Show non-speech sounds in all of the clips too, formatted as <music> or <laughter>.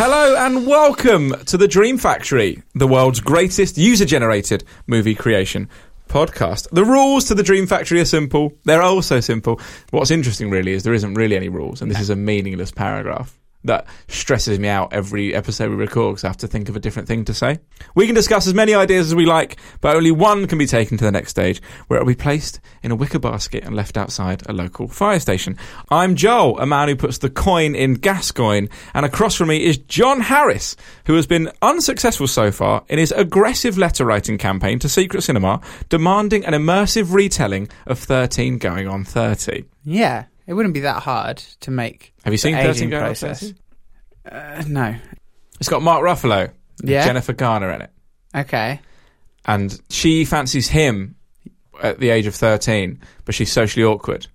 Hello and welcome to the Dream Factory, the world's greatest user generated movie creation podcast. The rules to the Dream Factory are simple. They're also simple. What's interesting really is there isn't really any rules and this is a meaningless paragraph that stresses me out every episode we record because I have to think of a different thing to say. We can discuss as many ideas as we like, but only one can be taken to the next stage where it will be placed in a wicker basket and left outside a local fire station. I'm Joel, a man who puts the coin in Gascoigne, and across from me is John Harris, who has been unsuccessful so far in his aggressive letter writing campaign to Secret Cinema, demanding an immersive retelling of 13 Going on 30. Yeah, it wouldn't be that hard to make. Have you the seen 13 aging Going on process. 30? Uh, no. It's got Mark Ruffalo, and Yeah. Jennifer Garner in it. Okay. and she fancies him at the age of 13, but she's socially awkward.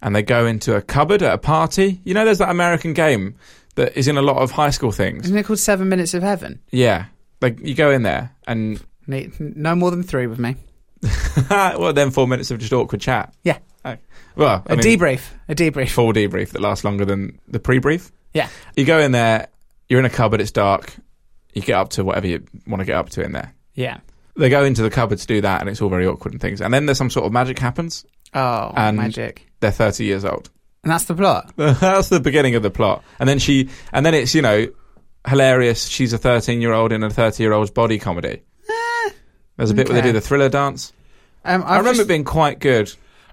And they go into a cupboard at a party. You know, there's that American game that is in a lot of high school things. Isn't it called Seven Minutes of Heaven? Yeah. Like, you go in there, and <laughs> Ne- No more than three with me. well, then four minutes of just awkward chat. Yeah. Oh. Well, I a mean, debrief. A debrief. Full debrief that lasts longer than the pre brief. Yeah. You go in there, you're in a cupboard, it's dark, you get up to whatever you want to get up to in there. Yeah. They go into the cupboard to do that, and it's all very awkward and things. And then there's some sort of magic happens. Oh, And- magic. They're 30 years old. And that's the plot. <laughs> That's the beginning of the plot, and then she, and then it's you know hilarious. She's a thirteen-year-old in a thirty-year-old's body comedy. There's a bit where they Eh. okay. do the thriller dance. Um, I've i remember just, it being quite good. Eh,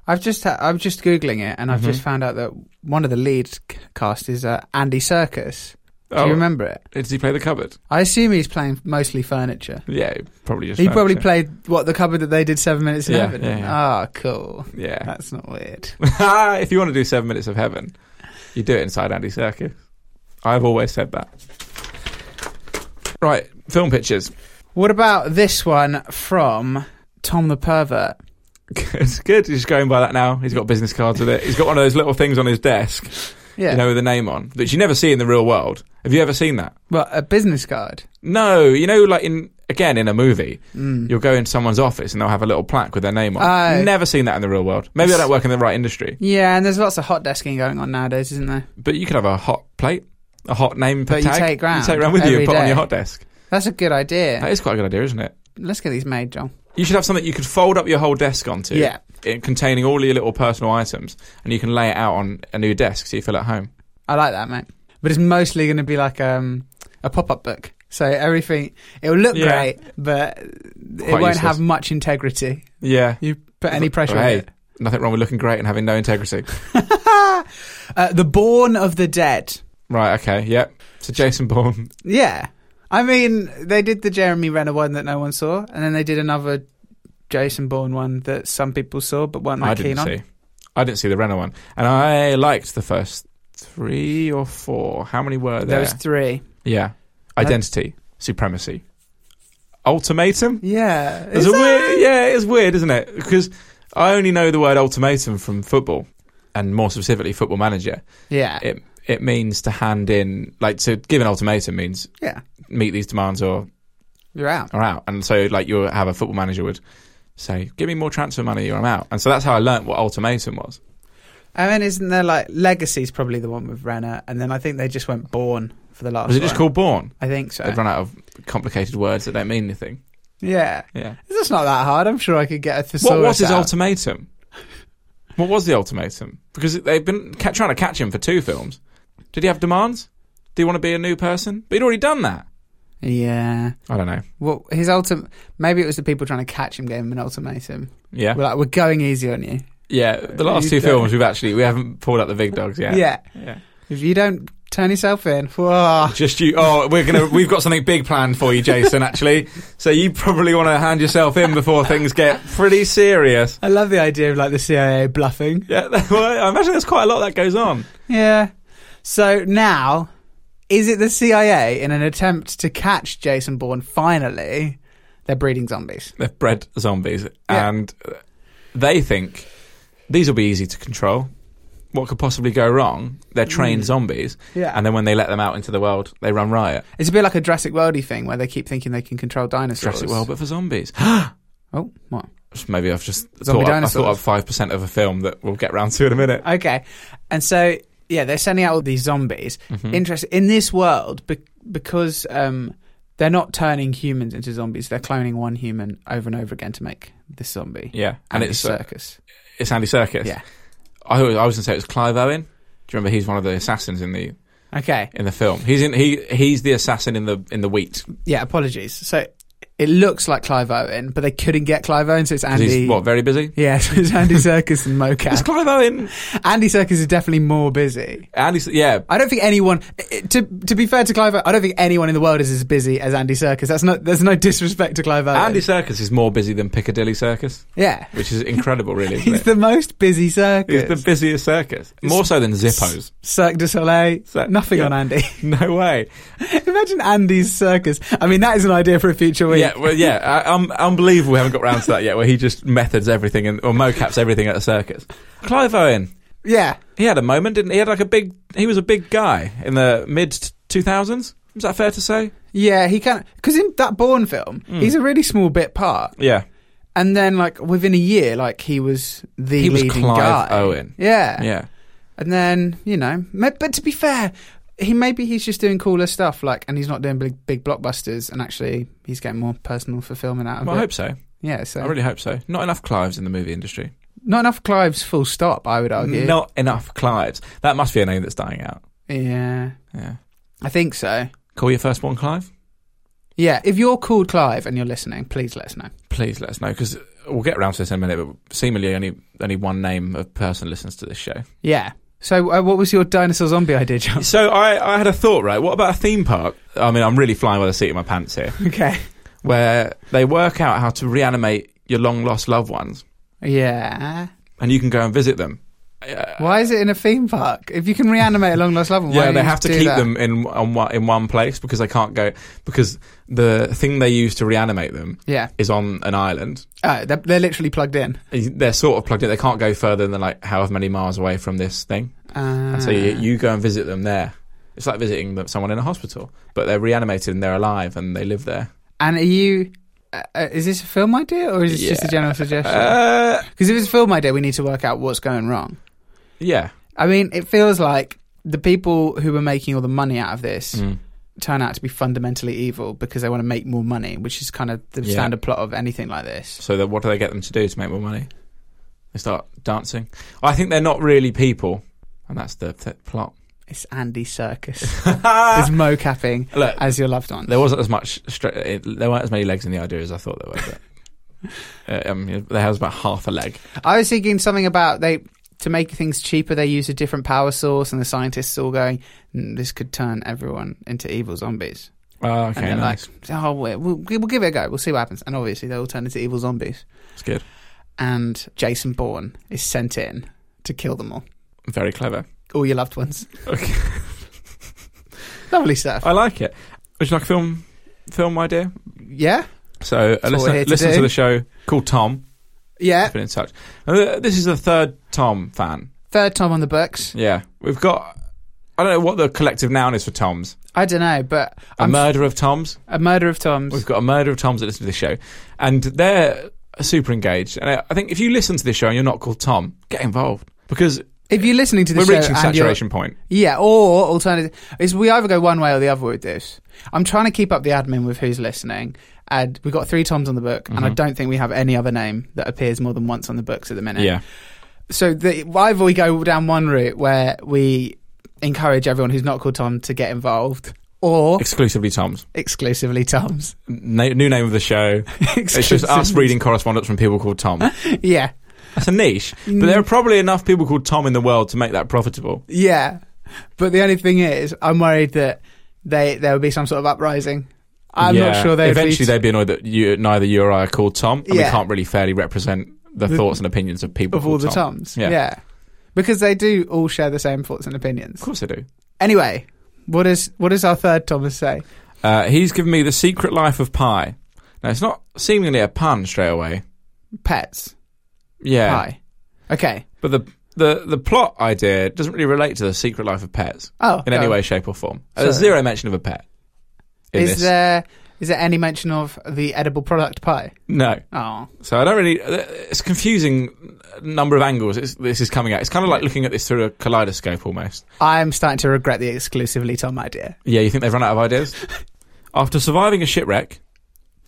I've just ha- I'm just googling it, and I've Mm-hmm. just found out that one of the lead c- cast is uh, Andy Circus. Do Oh. you remember it? Did he play the cupboard? I assume he's playing mostly furniture. Yeah, probably just. He probably furniture. played what the cupboard that they did Seven Minutes in Yeah, Heaven. yeah, yeah. Ah, cool. That's not weird. Yeah. <laughs> if you want to do Seven Minutes of Heaven, you do it inside Andy Serkis. I've always said that. Right, film pictures. <laughs> What about this one from Tom the Pervert? it's good. He's just going by that now. He's got business cards with it. He's got one of those little things on his desk. Yeah. you know, with a name on that you never see in the real world. Have you ever seen that? well, a business card. No, you know, like in again in a movie, Mm. you'll go into someone's office and they'll have a little plaque with their name on. Oh. never seen that in the real world. Maybe I don't work in the right industry, Yeah, and there's lots of hot desking going on nowadays, isn't there? but you could have a hot plate, a hot name That you tag. take round round with you every and put on day. your hot desk. That's a good idea. That is quite a good idea, isn't it? Let's get these made, John. You should have something you could fold up your whole desk onto. Yeah. It, containing all your little personal items, and you can lay it out on a new desk so you feel at home. I like that, mate. But it's mostly going to be like um, a pop-up book. So everything it'll look Yeah. great, but it won't useless. have much integrity. Yeah. You put any pressure on hey, it. nothing wrong with looking great and having no integrity. Uh, the Born of the Dead. Right, okay, yep. So Jason Bourne. Yeah. I mean, they did the Jeremy Renner one that no one saw, and then they did another Jason Bourne one that some people saw but weren't that I keen didn't on. see. I didn't see the Renner one. And I liked the first three or four. How many were there? There was three. yeah. Identity. Supremacy. Ultimatum? Yeah. There's a weird yeah, it's weird, isn't it? Because I only know the word ultimatum from football and more specifically football manager. Yeah. It it means to hand in like to give an ultimatum means yeah. meet these demands or You're out. are out. And so, like, you have a football manager would say, "Give me more transfer money, or I'm out." And so that's how I learnt what ultimatum was. And then isn't there like Legacy's probably the one with Renner, and then I think they just went Born for the last. Was it just one. called Born? I think so. They'd run out of complicated words that don't mean anything. Yeah, Yeah. it's not that hard. I'm sure I could get a thesaurus. what was his out. ultimatum? What was the ultimatum? Because they've been ca- trying to catch him for two films. Did he have demands? Do you want to be a new person? But he'd already done that. Yeah. I don't know. Well, his ultimate. Maybe it was the people trying to catch him, gave him an ultimatum. Yeah, We're like, we're going easy on you. yeah. The last you two don't- films, we've actually we haven't pulled out the big dogs <laughs> yet. Yeah. yeah. If you don't turn yourself in, whoa. Just you. Oh, we're gonna. We've got something big planned for you, Jason. Actually, so you probably want to hand yourself in before things get pretty serious. I love the idea of like the CIA bluffing. Yeah, <laughs> well, I imagine there's quite a lot that goes on. Yeah. So now, is it the CIA in an attempt to catch Jason Bourne? Finally, they're breeding zombies. They've bred zombies, Yeah. and they think these will be easy to control. What could possibly go wrong? They're trained zombies, Yeah. and then when they let them out into the world, they run riot. It's a bit like a Jurassic Worldy thing where they keep thinking they can control dinosaurs. Jurassic World, but for zombies. <gasps> Oh, what? Maybe I've just Zombie thought up, I dinosaurs. thought up five percent of a film that we'll get round to in a minute. Okay. And so, yeah, they're sending out all these zombies. Interesting. In this world, be- because um, they're not turning humans into zombies, they're cloning one human over and over again to make this zombie. Yeah, And, and it's it's uh, circus. it's Andy Circus. Yeah. I was, I was going to say it was Clive Owen. Do you remember he's one of the assassins in the Okay. in the film? He's in he he's the assassin in the in the wheat. 'Cause Yeah, apologies. So it looks like Clive Owen, but they couldn't get Clive Owen, so it's Andy. He's what very busy. Yeah, <laughs> so it's Andy Circus and <laughs> It's Mocap. Clive Owen. Andy Circus is definitely more busy. Andy, yeah, I don't think anyone, to to be fair to Clive, Owen, I don't think anyone in the world is as busy as Andy Circus. That's not. There's no disrespect to Clive Owen. Andy Circus is more busy than Piccadilly Circus, yeah, which is incredible, <laughs> really. Isn't He's it? the most busy circus. he's the busiest circus, more so than Zippo's. Cirque du Soleil. So- Nothing yeah. on Andy. <laughs> <laughs> No way. Imagine Andy's circus. I mean, that is an idea for a future <laughs> week. Yeah, well, yeah, I, um, unbelievable. We haven't got round to that yet. Where he just methods everything and or mocaps everything at a circus. Clive Owen, yeah. he had a moment, didn't he? He had like a big. He was a big guy in the mid two thousands. Is that fair to say? Yeah, he can because in that Bourne film, he's a really small bit part, Mm. Yeah, and then like within a year, like he was the He was leading Clive guy. Owen. Yeah, yeah. And then you know, ma- but to be fair, he maybe he's just doing cooler stuff, like, and he's not doing big big blockbusters, and actually he's getting more personal fulfillment out of Well, it. I hope so. yeah, so I really hope so. Not enough Clives in the movie industry. not enough Clive's full stop, I would argue. Not enough Clives. That must be a name that's dying out. yeah, Yeah. I think so. Call your firstborn Clive. Yeah, if you're called Clive and you're listening, please let us know. Please let us know because we'll get around to this in a minute. But seemingly only only one name of person listens to this show. Yeah. So, uh, what was your dinosaur zombie <laughs> idea, John? So I, I had a thought, right? What about a theme park? I mean, I'm really flying by the seat of my pants here, okay. where they work out how to reanimate your long lost loved ones, Yeah. and you can go and visit them. Why is it in a theme park? If you can reanimate a long lost loved one, why Uh, Yeah, do they you have to do keep that? them in on one, in one place because they can't go because the thing they use to reanimate them Yeah. is on an island. Oh, they're, they're literally plugged in. They're sort of plugged in. They can't go further than like however many miles away from this thing. Uh, And so you, you go and visit them there. It's like visiting them, someone in a hospital, but they're reanimated and they're alive and they live there. and are you. Uh, uh, is this a film idea or is this just a Yeah. general suggestion? Uh, Because if it's a film idea, we need to work out what's going wrong. yeah. I mean, it feels like the people who were making all the money out of this Mm. turn out to be fundamentally evil because they want to make more money, which is kind of the Yeah. standard plot of anything like this. So that what do they get them to do to make more money? They start dancing. I think they're not really people, and that's the th- plot. It's Andy <laughs> Circus. There's mocapping Look, as your loved one. there wasn't as much. Stra- it, there weren't as many legs in the idea as I thought there were. <laughs> But, uh, I mean, there was about half a leg. I was thinking something about they to make things cheaper. They use a different power source, and the scientists all going, "Mm, "This could turn everyone into evil zombies." Oh, okay, And they're nice. like, "Oh, we- we'll, we'll give it a go. We'll see what happens." And obviously, they all turn into evil zombies. That's good. And Jason Bourne is sent in to kill them all, Very clever. all your loved ones. <laughs> Okay. Lovely stuff. I like it. Would you like a film film idea? yeah, So uh, what we're here listen, to listen do. to the show called Tom. yeah. I've been in touch. Uh, This is the third Tom fan. Third time on the books. Yeah, we've got. I don't know what the collective noun is for Toms. I don't know, but A I'm, murder of Tom's. a murder of Tom's. We've got a murder of Tom's that listen to this show, and they're super engaged. And I- I think if you listen to this show and you're not called Tom, get involved because If you're listening to we're this, reaching show and you're- saturation point. Yeah, or alternative is we either go one way or the other with this. I'm trying to keep up the admin with who's listening, and we've got three Toms on the book, Mm-hmm. and I don't think we have any other name that appears more than once on the books at the minute. Yeah, So the, either we go down one route where we encourage everyone who's not called Tom to get involved, or exclusively Tom's. exclusively Toms. <laughs> Na- new name of the show. it's just us reading correspondence from people called Tom. yeah, That's a niche, but there are probably enough people called Tom in the world to make that profitable. yeah. But the only thing is, I'm worried that they there will be some sort of uprising. I'm Yeah. not sure they eventually they'd be annoyed that you, neither you or I are called Tom, and we Yeah. can't really fairly represent the, thoughts and opinions of people of all called the Tom. Toms. Yeah. Yeah. Because they do all share the same thoughts and opinions. Of course, I do. Anyway, what is what does our third Thomas say? Uh, he's given me the secret life of pie. Now it's not seemingly a pun straight away. Pets. Yeah, Hi. Okay. but the the the plot idea doesn't really relate to the secret life of pets Oh. in any oh. way, shape, or form. There's Sorry. zero mention of a pet. In Is this. there is there any mention of the edible product pie? no? Oh. So I don't really. It's confusing number of angles it's, this is coming at. It's kind of like looking at this through a kaleidoscope almost. I'm starting to regret the exclusively Tom idea. Yeah, you think they've run out of <laughs> ideas? After surviving a shipwreck,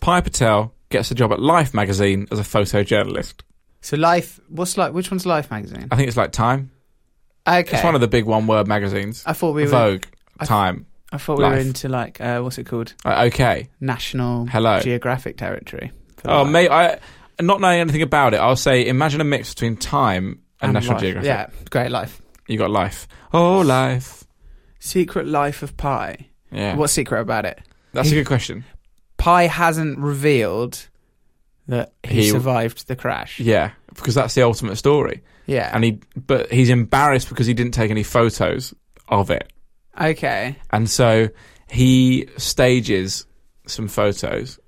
Pi Patel gets a job at Life magazine as a photojournalist. So life what's like which one's Life magazine? I think it's like Time. Okay. Uh, It's one of the big one-word magazines. I thought we were Vogue, I- Time, I thought we were Life. into like uh, what's it called? Uh, OK. National Hello. Geographic territory. for Oh, that. mate, I not knowing anything about it, I'll say imagine a mix between Time and, National Life. Geographic. Yeah, great life. You got Life. Oh, Life. Secret Life of Pie. Yeah, What's secret about it? that's a good question. Pi hasn't revealed that he, He- survived the crash. Yeah, because that's the ultimate story. Yeah. and he but he's embarrassed because he didn't take any photos of it okay. and so he stages some photos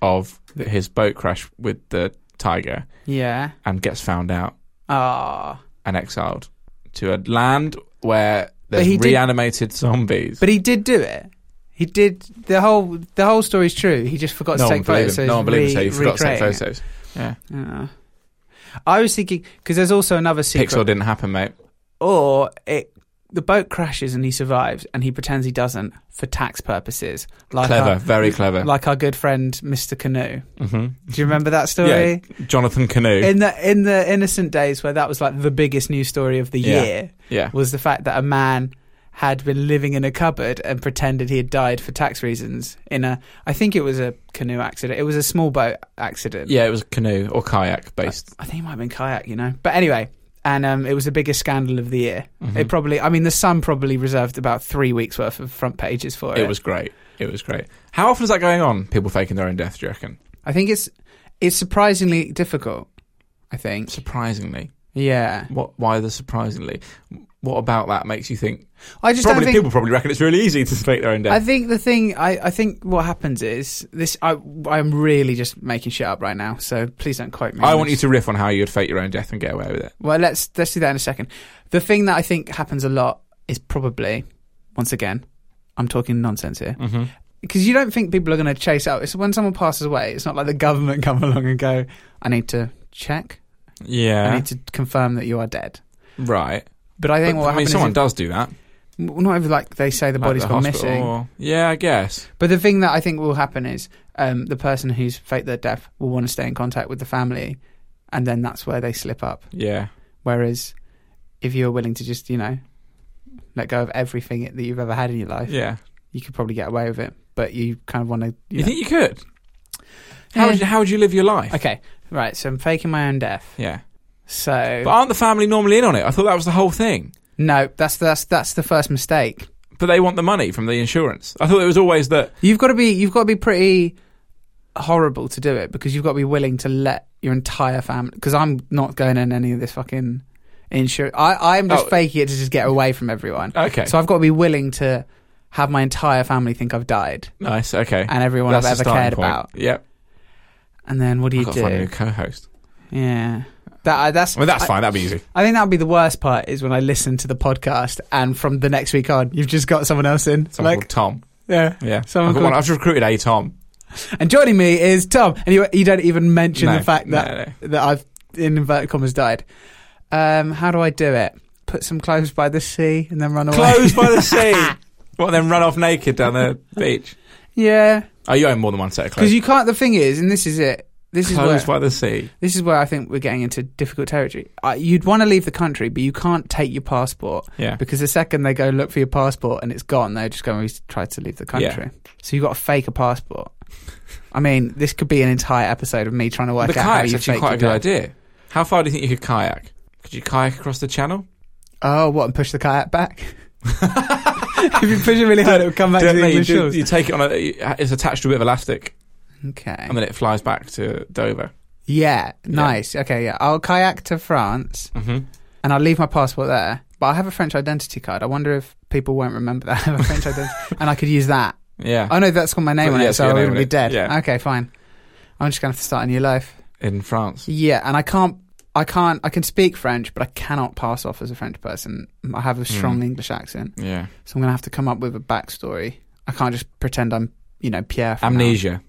of his boat crash with the tiger Yeah. and gets found out Ah. and exiled to a land where there's he did- reanimated zombies But he did do it. He did the whole the whole story's true. He just forgot no to one take believes photos. him. so No one believes he's him. So he re- forgot to take recreating it. photos. Yeah, Ah. I was thinking because there's also another secret, Pixel didn't happen, mate. or it the boat crashes and he survives and he pretends he doesn't for tax purposes. Like clever, our, very clever. like our good friend Mr. Canoe. hmm Do you remember that story? Yeah, Jonathan Canoe. in the in the innocent days where that was like the biggest news story of the Yeah. year yeah, was the fact that a man had been living in a cupboard and pretended he had died for tax reasons in a I think it was a canoe accident. It was a small boat accident. yeah. It was canoe or kayak based. I think it might have been kayak, you know. But anyway, and um, it was the biggest scandal of the year. Mm-hmm. It probably I mean the Sun probably reserved about 3 weeks worth of front pages for it. It was great. It was great. How often is that going on? People faking their own death, do you reckon? I think it's it's surprisingly difficult, I think. Surprisingly. Yeah. What? Why the surprisingly? What about that makes you think? I just Probably don't think people probably reckon it's really easy to fake their own death. I think the thing I, I think what happens is this I I'm really just making shit up right now, so please don't quote me. I on want you this. to riff on how you'd fake your own death and get away with it. Well, let's let's do that in a second. The thing that I think happens a lot is probably once again, I'm talking nonsense here. Mm-hmm. Because you don't think people are going to chase out. It's when someone passes away. It's not like the government <laughs> come along and go, "I need to check. I Yeah. need to confirm that you are dead." right. But I think But, what I mean, happens someone is does do that. well, not even like they say the like body's the gone hospital missing. or- yeah, I guess. But the thing that I think will happen is um, the person who's faked their death will want to stay in contact with the family, and then that's where they slip up. Yeah. Whereas if you're willing to just, you know, let go of everything that you've ever had in your life, Yeah. you could probably get away with it. But you kind of want to. You think you could? How would you, how would you live your life? <laughs> Okay, right. So I'm faking my own death. Yeah. So But aren't the family normally in on it? I thought that was the whole thing. no, that's that's that's the first mistake. But they want the money from the insurance. I thought it was always that. You've got to be you've got to be pretty horrible to do it because you've got to be willing to let your entire family. Because I'm not going in any of this fucking insurance. I I'm just Oh. faking it to just get away from everyone. Okay. So I've got to be willing to have my entire family think I've died nice. Okay. and everyone That's I've the ever starting cared point. about. Yep. And then what do you I've got to find a new do? co-host. Yeah. That I, that's I mean, that's I- fine. That'd be easy. I think that would be the worst part is when I listen to the podcast and from the next week on, you've just got someone else in. Someone like, called Tom. yeah, Yeah. Someone I've, got called- one- I've just recruited a Tom. And joining me is Tom, and you you don't even mention No, the fact no, that that I've in inverted commas died. Um, how do I do it? Put some clothes by the sea and then run away. Closed <laughs> by the sea. What, then run off naked down the <laughs> beach? <laughs> yeah, Oh, you own more than one set of because clothes. you can't. The thing is, and this is it. This is where Closed by the sea. this is where I think we're getting into difficult territory. I, you'd want to leave the country, but you can't take your passport Yeah. because the second they go look for your passport and it's gone, they're just going to try to leave the country. So you've got to fake a passport. I mean, this could be an entire episode of me trying to work The out how kayak's you actually fake quite your a good pa- idea. How far do you think you could kayak? Could you kayak across the channel? Oh, what? And push the kayak back? <laughs> if you push it really hard, it will come back to Don't the know, you, English do- shores. you take it on a. It's attached to a bit of elastic, Okay. and then it flies back to Dover. Yeah, nice. Okay, yeah. I'll kayak to France Mm-hmm. and I'll leave my passport there. But I have a French identity card. I wonder if people won't remember that I have a <laughs> French identity. And I could use that. Yeah, Oh, no, that's got my name But on yeah, it, it's so got I your name wouldn't on be it. dead. Yeah. Okay, fine. I'm just going to have to start a new life. in France. Yeah, and I can't. I can't. I can speak French, but I cannot pass off as a French person. I have a strong English accent. Yeah, So I'm going to have to come up with a backstory. I can't just pretend I'm, you know, Pierre. from amnesia.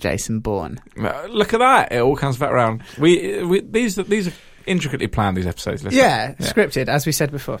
Jason Bourne. Uh, Look at that! It all comes back round. We, we these these are intricately planned. These episodes. Listen. Yeah, scripted, as we said before.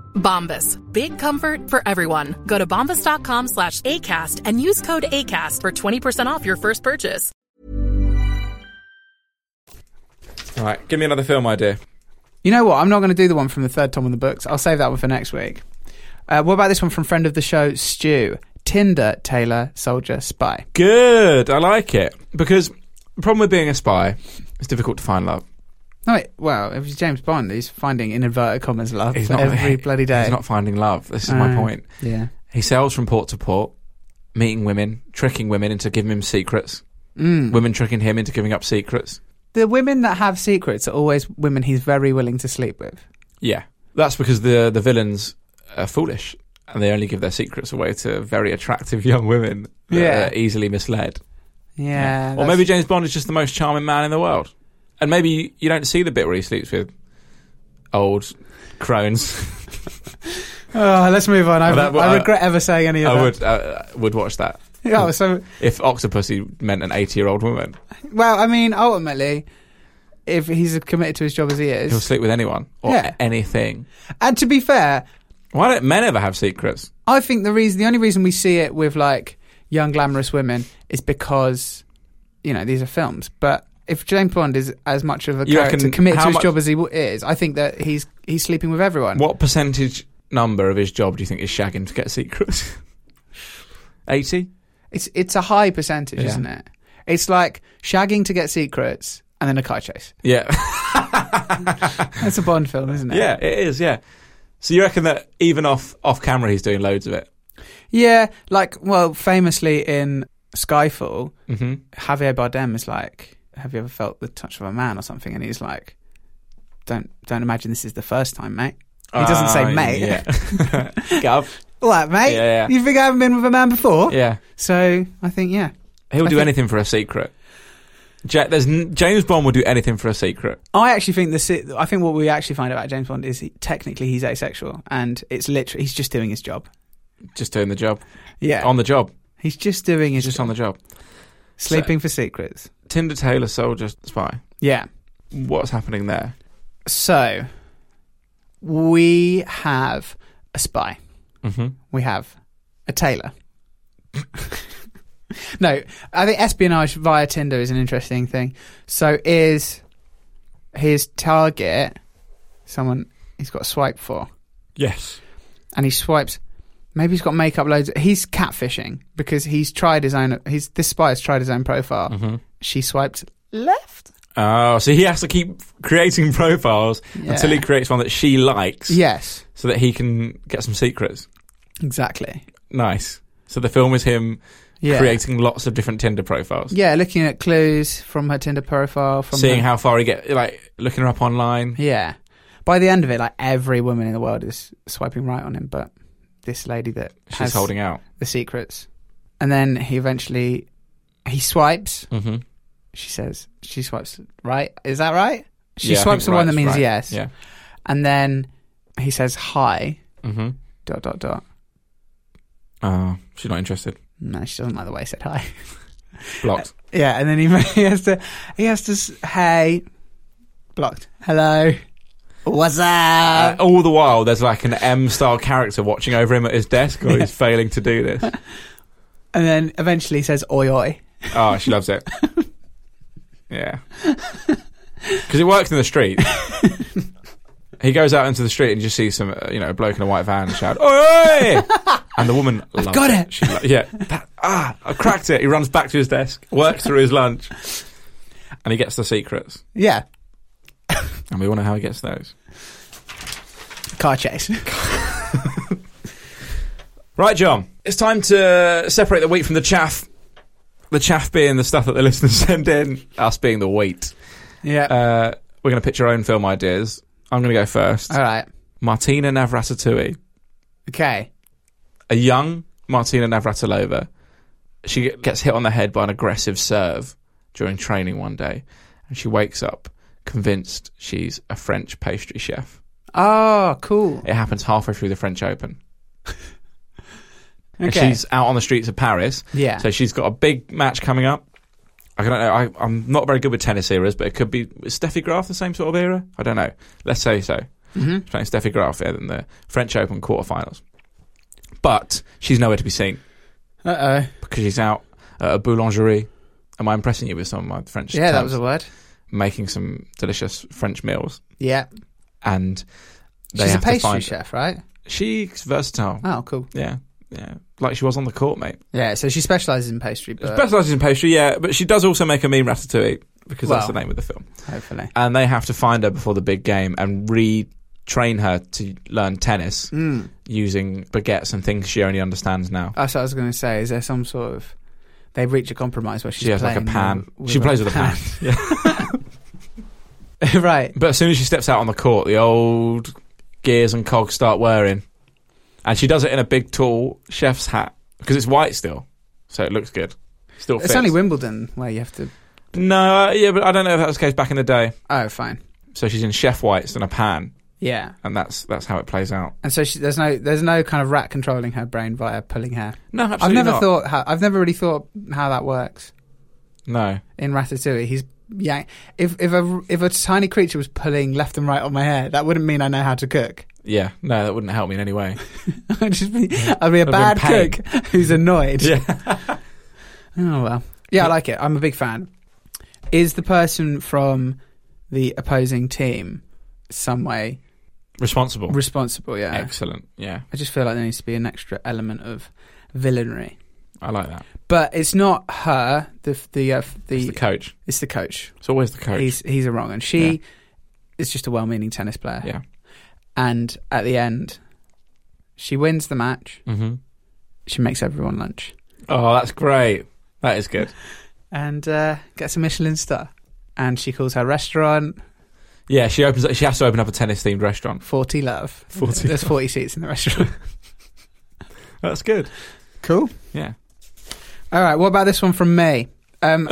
Bombas. Big comfort for everyone. Go to bombas.com slash ACAST and use code ACAST for 20% off your first purchase. All right, give me another film idea. You know what? I'm not going to do the one from the third Tom on the books. I'll save that one for next week. Uh, what about this one from friend of the show, Stu? Tinder, Taylor, Soldier, Spy. Good. I like it because the problem with being a spy, it's difficult to find love. No, Oh, wait, well, if it's James Bond, he's finding in inverted commas love He's every <laughs> he- bloody day. He's not finding love. This is my Uh, point. Yeah. He sails from port to port, meeting women, tricking women into giving him secrets. Women tricking him into giving up secrets. Mm. The women that have secrets are always women he's very willing to sleep with. Yeah, that's because the the villains are foolish and they only give their secrets away to very attractive <laughs> young women. that Yeah. are easily misled. Yeah. or that's- maybe James Bond is just the most charming man in the world, and maybe you, you don't see the bit where he sleeps with old <laughs> crones. Oh, let's move on. I, Oh, that- I I- regret ever saying any of I that. would uh, would watch that <laughs> Yeah, so if Octopussy meant an eighty year old woman. well, I mean, ultimately, if he's committed to his job as he He'll is, sleep with anyone or Yeah. anything. and to be fair, Why don't men ever have secrets? I think the reason, the only reason we see it with like young glamorous women is because you know these are films. But if James Bond is as much of a You character reckon committed how to his much- job as he w- is, I think that he's he's sleeping with everyone. What percentage number of his job do you think is shagging to get secrets? <laughs> Eighty. It's it's a high percentage, Yeah. isn't it? It's like shagging to get secrets and then a car chase. Yeah. That's a Bond film, isn't it? Yeah, it is. Yeah. So you reckon that even off off camera, he's doing loads of it? Yeah, like well, famously in Skyfall, Mm-hmm. Javier Bardem is like, "Have you ever felt the touch of a man or something?" And he's like, "Don't don't imagine this is the first time, mate." He doesn't say mate. Ah, Yeah. Gov. <laughs> all that, mate. Yeah, yeah. You think I haven't been with a man before? Yeah. So I think yeah. He'll I do think- anything for a secret. Ja- there's n- James Bond will do anything for a secret. I actually think the si- I think what we actually find about James Bond is he, technically he's asexual, and it's literally he's just doing his job. Just doing the job. Yeah, On the job. he's just doing his He's just job. on the job. sleeping for secrets. Tinder Taylor Soldier Spy. Yeah. What's happening there? So we have a spy. Mm-hmm. We have a tailor. <laughs> no, I think espionage via Tinder is an interesting thing. So is his target someone he's got a swipe for? Yes. and he swipes. Maybe he's got makeup loads. He's catfishing because he's tried his own. He's this spy has tried his own profile. She swiped left. Oh, so he has to keep creating <laughs> profiles until he creates one that she likes Yes, so that he can get some secrets. exactly. Nice. So the film is him Yeah, creating lots of different Tinder profiles. yeah. Looking at clues from her Tinder profile, from Seeing the- how far he get, like looking her up online. Yeah. By the end of it, like every woman in the world is swiping right on him, but this lady that She's has holding out. the secrets, and then he eventually he swipes. Mm-hmm. She says she swipes right. Is that right? She swipes the one that means yes. Yeah. and then he says hi Mm-hmm. dot dot dot Oh, she's not interested. no she doesn't like the way i said hi <laughs> Blocked. yeah and then he, <laughs> he has to he has to s- hey blocked hello what's Uh, up all the while, there's like an M-style character watching over him at his desk, or he's failing to do this. <laughs> and then eventually he says oi oi Oh, she loves it. <laughs> yeah. Because it works in the street. he goes out into the street and just sees some, uh, you know, a bloke in a white van shout, oi, oi! <laughs> and the woman I've got it. She lo- yeah. That, ah, I cracked it. He runs back to his desk, works through his lunch, and he gets the secrets. yeah And we want to know how he gets those. <laughs> car chase Right, John. It's time to separate the wheat from the chaff. The chaff being the stuff that the <laughs> listeners send in, us being the wheat. yeah Uh, we're going to pitch our own film ideas. I'm going to go first. all right Martina Navratilova, okay a young Martina Navratilova. She get- gets hit on the head by an aggressive serve during training one day, and she wakes up convinced she's a French pastry chef. oh cool It happens halfway through the French Open. And okay she's out on the streets of Paris. Yeah. So she's got a big match coming up. I don't know. I, I'm not very good with tennis eras, but it could be is Steffi Graf the same sort of era. I don't know. Let's say so. Mm-hmm. She's Playing Steffi Graf in the French Open quarterfinals, but she's nowhere to be seen uh-oh because she's out at a boulangerie. Am I impressing you with some of my French? yeah that terms? was a word making some delicious French meals, yeah and they she's a have pastry to find chef right She's versatile. oh cool Yeah, yeah, like she was on the court, mate. yeah so she specializes in pastry but Specialises in pastry, yeah, but she does also make a mean ratatouille because that's Well. the name of the film. hopefully And they have to find her before the big game and retrain her to learn tennis Mm. using baguettes and things she only understands now. That's what Hmm. Oh, I was going to say. Is there some sort of they reach a compromise where she's she has like playing a pan. with- She plays with a <laughs> pan. Yeah. pan. <laughs> right? But as soon as she steps out on the court, the old gears and cogs start whirring, and she does it in a big, tall chef's hat because it's white still, so it looks good. Still, It's fits. only Wimbledon where you have to. no, uh, yeah, but I don't know if that was the case back in the day. Oh, fine. So she's in chef whites and a pan, Yeah, and that's that's how it plays out. and so she, there's no there's no kind of rat controlling her brain via pulling hair. No, I've absolutely never not. thought how I've never really thought how that works No, in Ratatouille. He's yeah. If if a if a tiny creature was pulling left and right on my hair, that wouldn't mean I know how to cook. <laughs> yeah, no, that wouldn't help me in any way. I'd just be I'd be a I'd be in bad pain. cook who's annoyed. yeah, <laughs> Oh well. Yeah, I like it. I'm a big fan. Is the person from the opposing team some way responsible. responsible? Yeah. Excellent. Yeah, I just feel like there needs to be an extra element of villainy. I like that. But it's not her. The the uh, f- the, It's the coach. it's the coach. It's always the coach. He's he's a wrong, and she is just a well-meaning tennis player. yeah. And at the end, she wins the match. hmm She makes everyone lunch Oh, that's great. That is good. and uh, gets a Michelin star. And she calls her restaurant Yeah, she opens. She has to open up a tennis themed restaurant. Forty Love. 40 <laughs> There's forty seats in the restaurant. That's good. Cool. Yeah. All right. What about this one from me? Um,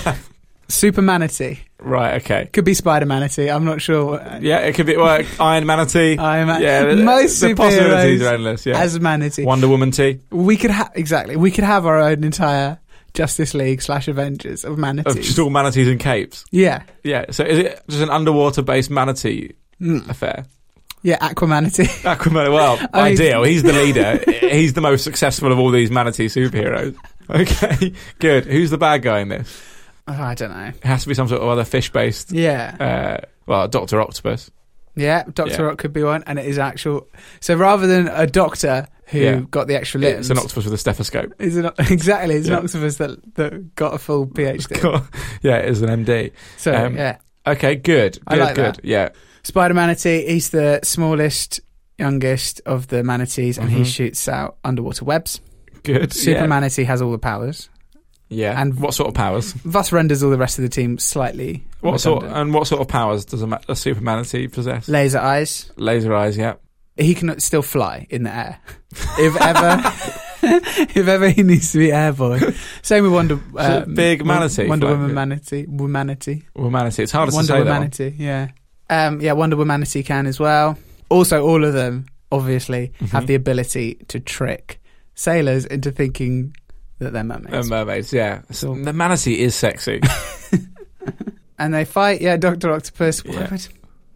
<laughs> Super Manatee. Right. Okay. Could be Spider Manatee. I'm not sure. Yeah, it could be <laughs> well, Iron Manatee. I'm a- yeah, the- Uh, most the possibilities superheroes are endless. Yeah, as Manatee. Wonder Woman tea we could have exactly. We could have our own entire Justice League slash Avengers of of manatees. Oh, just all manatees and capes. yeah, Yeah. So is it just an underwater-based manatee Hmm. affair? yeah, Aquamanatee. Aquaman. Well, I mean- ideal. He's the leader. He's the most successful of all these manatee superheroes. Okay. <laughs> Good. Who's the bad guy in this? <laughs> oh, I don't know. It has to be some sort of other fish-based. Yeah, Uh, well, Doctor Octopus. yeah. Doctor yeah. Rock could be one, and it is actual. So rather than a doctor who Yeah. got the extra limbs, It's an octopus with a stethoscope. is an, <laughs> exactly. It's Yeah. an octopus that that got a full PhD. <laughs> yeah, it's an MD. So Um, yeah, Okay, good. Good, I like good. that. Yeah. Spider Manatee. He's the smallest, youngest of the manatees, and he shoots out underwater webs. Good. Super Mm-hmm. yeah. Manatee has all the powers. Yeah. And- And what sort of powers? <laughs> Thus renders all the rest of the team slightly. What sort redundant. and what sort of powers does a, ma- a super manatee possess? Laser eyes. Laser eyes, yeah. He can still fly in the air. If ever. <laughs> if ever he needs to be airborne. Same with Wonder. So big Won- manatee Wonder flying Woman bit. manatee. Womanatee. Well, manatee. It's hard to Wonder say that. one. Womanatee. Yeah. Um, yeah. Wonder Womanatee can as well. Also, all of them obviously Mm-hmm. have the ability to trick sailors into thinking that they're mermaids. Uh, mermaids, yeah. So Cool. the manatee is sexy. and they fight. Yeah, Doctor Octopus. Why, Yeah. would,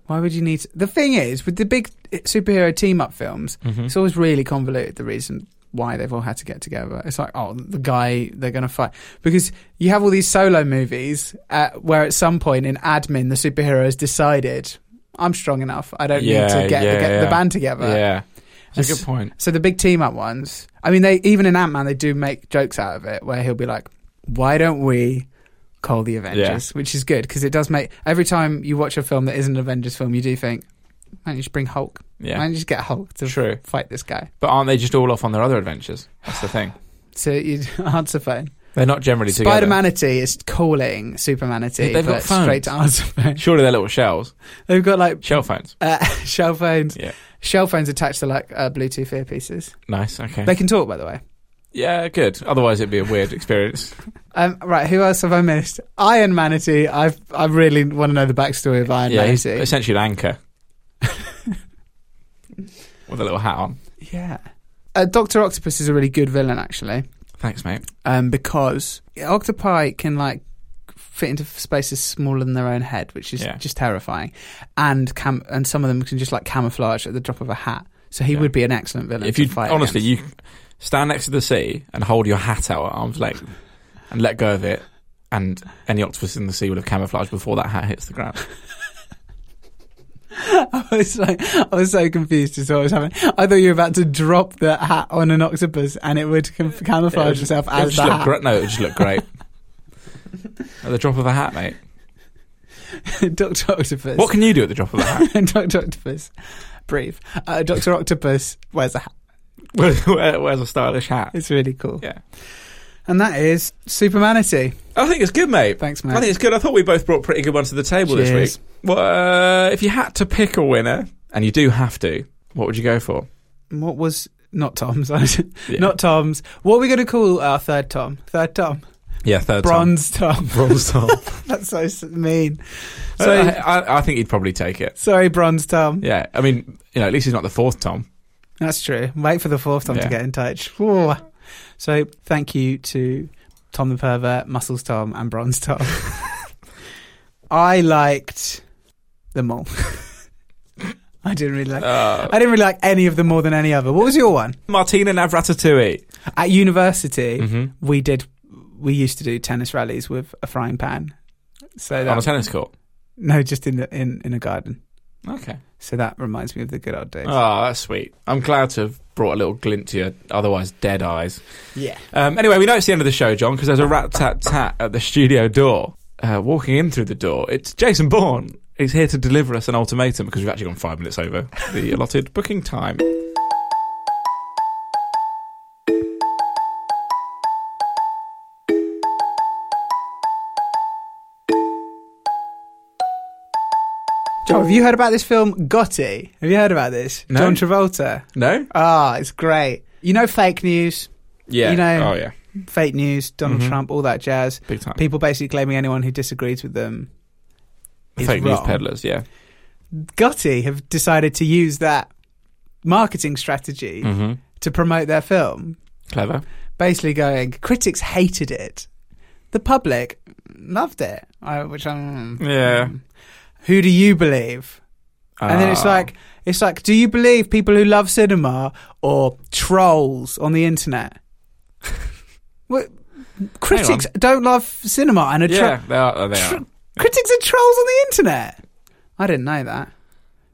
why would you need? the thing is, with the big superhero team up films, Mm-hmm. it's always really convoluted. The reason why they've all had to get together. It's like, oh, the guy they're going to fight because you have all these solo movies uh, where at some point in admin the superheroes decided. I'm strong enough. I don't Yeah, need to get, yeah, the, get yeah. the band together. yeah. That's a It's- good point. So the big team up ones, I mean, they even in Ant Man, they do make jokes out of it where he'll be like, "Why don't we call the Avengers?" Which is good because it does make every time you watch a film that isn't an Avengers film, you do think, "Man, you should bring Hulk. Yeah. Man, you should get Hulk to True. fight this guy." But aren't they just all off on their other adventures? That's the thing. So you <laughs> answer phone. They're not generally together. Spider Manatee is calling Super Manatee, They've but got phones. straight to answer phone. <laughs> Surely they're little shells. They've got like <laughs> Shell phones. uh, shell phones, Yeah. shell phones attached to like uh, Bluetooth earpieces. Nice, okay. They can talk, by the way. yeah, good. Otherwise it'd be a weird experience. Um, right, who else have I missed? Iron Manatee. I I really want to know the backstory of Iron yeah, he's Manatee. essentially an anchor. With a little hat on. yeah. Uh, Doctor Octopus is a really good villain actually, Thanks, mate. um, because octopi can like fit into spaces smaller than their own head, which is Yeah. just terrifying, and cam- and some of them can just like camouflage at the drop of a hat. So he Yeah. would be an excellent villain. if to you fight honestly against. you stand next to the sea and hold your hat out at arm's length and let go of it and any octopus in the sea will have camouflaged before that hat hits the ground <laughs> I was like, I was so confused as to what was happening. I thought you were about to drop the hat on an octopus, and it would cam- It would camouflage just- itself it would just as the look hat. great no it would just look <laughs> great at the drop of a hat mate <laughs> Doctor Octopus. what can you do at the drop of a <laughs> hat Doctor Octopus? Breathe. Uh, Doctor Octopus wears a hat. Where- where- where's a stylish hat It's really cool. yeah And that is Supermanity. I think it's good, mate. Thanks, mate. I think it's good. I thought we both brought pretty good ones to the table Cheers. this week. Well, uh, if you had to pick a winner, and you do have to, what would you go for? And What was not Tom's? <laughs> Yeah. Not Tom's. What are we going to call our third Tom? Third Tom. Yeah, third Bronze Tom. Tom. <laughs> Bronze Tom. <laughs> That's so s- mean. so So Uh, I, I think he'd probably take it. sorry, Bronze Tom. Yeah, I mean, you know, at least he's not the fourth Tom. That's true. Wait for the fourth Tom to Yeah. get in touch. Whoa. So thank you to Tom the Pervert, Muscles Tom, and <laughs> Bronze Tom. I liked them all. <laughs> I didn't really like. I didn't really like any of them more than any other. What was your one? Uh, Martina Navratatouille. At university, Mm-hmm. we did. We used to do tennis rallies with a frying pan. So On a that, tennis court. no, just in the in in a garden. Okay. So that reminds me of the good old days. Oh, that's sweet. I'm glad to have brought a little glint to your otherwise dead eyes. yeah. Um, anyway, we know it's the end of the show, John, because there's a rat tat tat at the studio door. Uh, walking in through the door, it's Jason Bourne. He's here to deliver us an ultimatum because we've actually gone five minutes over <laughs> the allotted booking time. Oh, have you heard about this film Gotti? Have you heard about this? No. John Travolta. No? Ah, it's great. You know, fake news, Yeah. You know- oh yeah. fake news, Donald Mhm. Trump, all that jazz. Big time. People basically claiming anyone who disagrees with them is Fake news wrong. peddlers. Yeah. Gotti have decided to use that marketing strategy Mm-hmm. to promote their film. Clever. Basically, going critics hated it, the public loved it. I, which I'm Yeah. Who do you believe? And then it's Ah. like it's like, do you believe people who love cinema or trolls on the internet? <laughs> well, critics don't love cinema and are tro- yeah, they are. They tr- <laughs> are. critics are trolls on the internet. I didn't know that.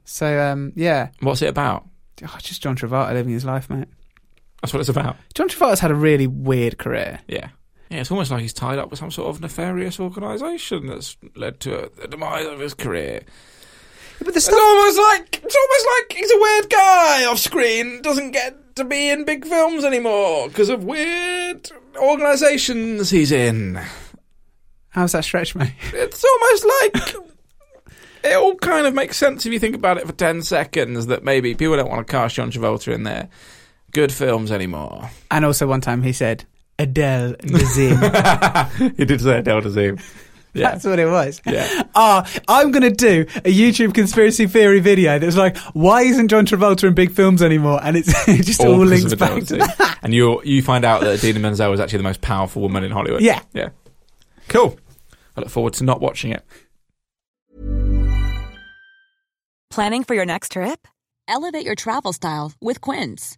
So um, yeah, What's it about? oh, it's just John Travolta living his life, mate. That's what it's about. John Travolta's had a really weird career. Yeah. Yeah, it's almost like he's tied up with some sort of nefarious organisation that's led to the demise of his career. But the It's stuff, almost like it's almost like he's a weird guy off screen. Doesn't get to be in big films anymore because of weird organisations he's in. how's that stretch, mate? <laughs> It's almost like <laughs> it all kind of makes sense if you think about it for ten seconds. That maybe people don't want to cast John Travolta in their good films anymore. And also, one time he said Adele <laughs> Nazim. he did say Adele Dazeem. Yeah. That's what it was. Yeah. Ah, I'm going to do a YouTube conspiracy theory video that's like, why isn't John Travolta in big films anymore? And it's <laughs> it just all, because links of back to Adele that. Dazeem. <laughs> And you you find out that Adina Menzel is actually the most powerful woman in Hollywood. Yeah. yeah. Cool. I look forward to not watching it. Planning for your next trip? Elevate your travel style with Quince.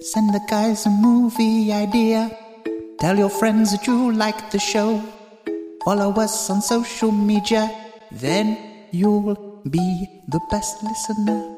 Send the guys a movie idea. Tell your friends that you like the show. Follow us on social media. Then you'll be the best listener.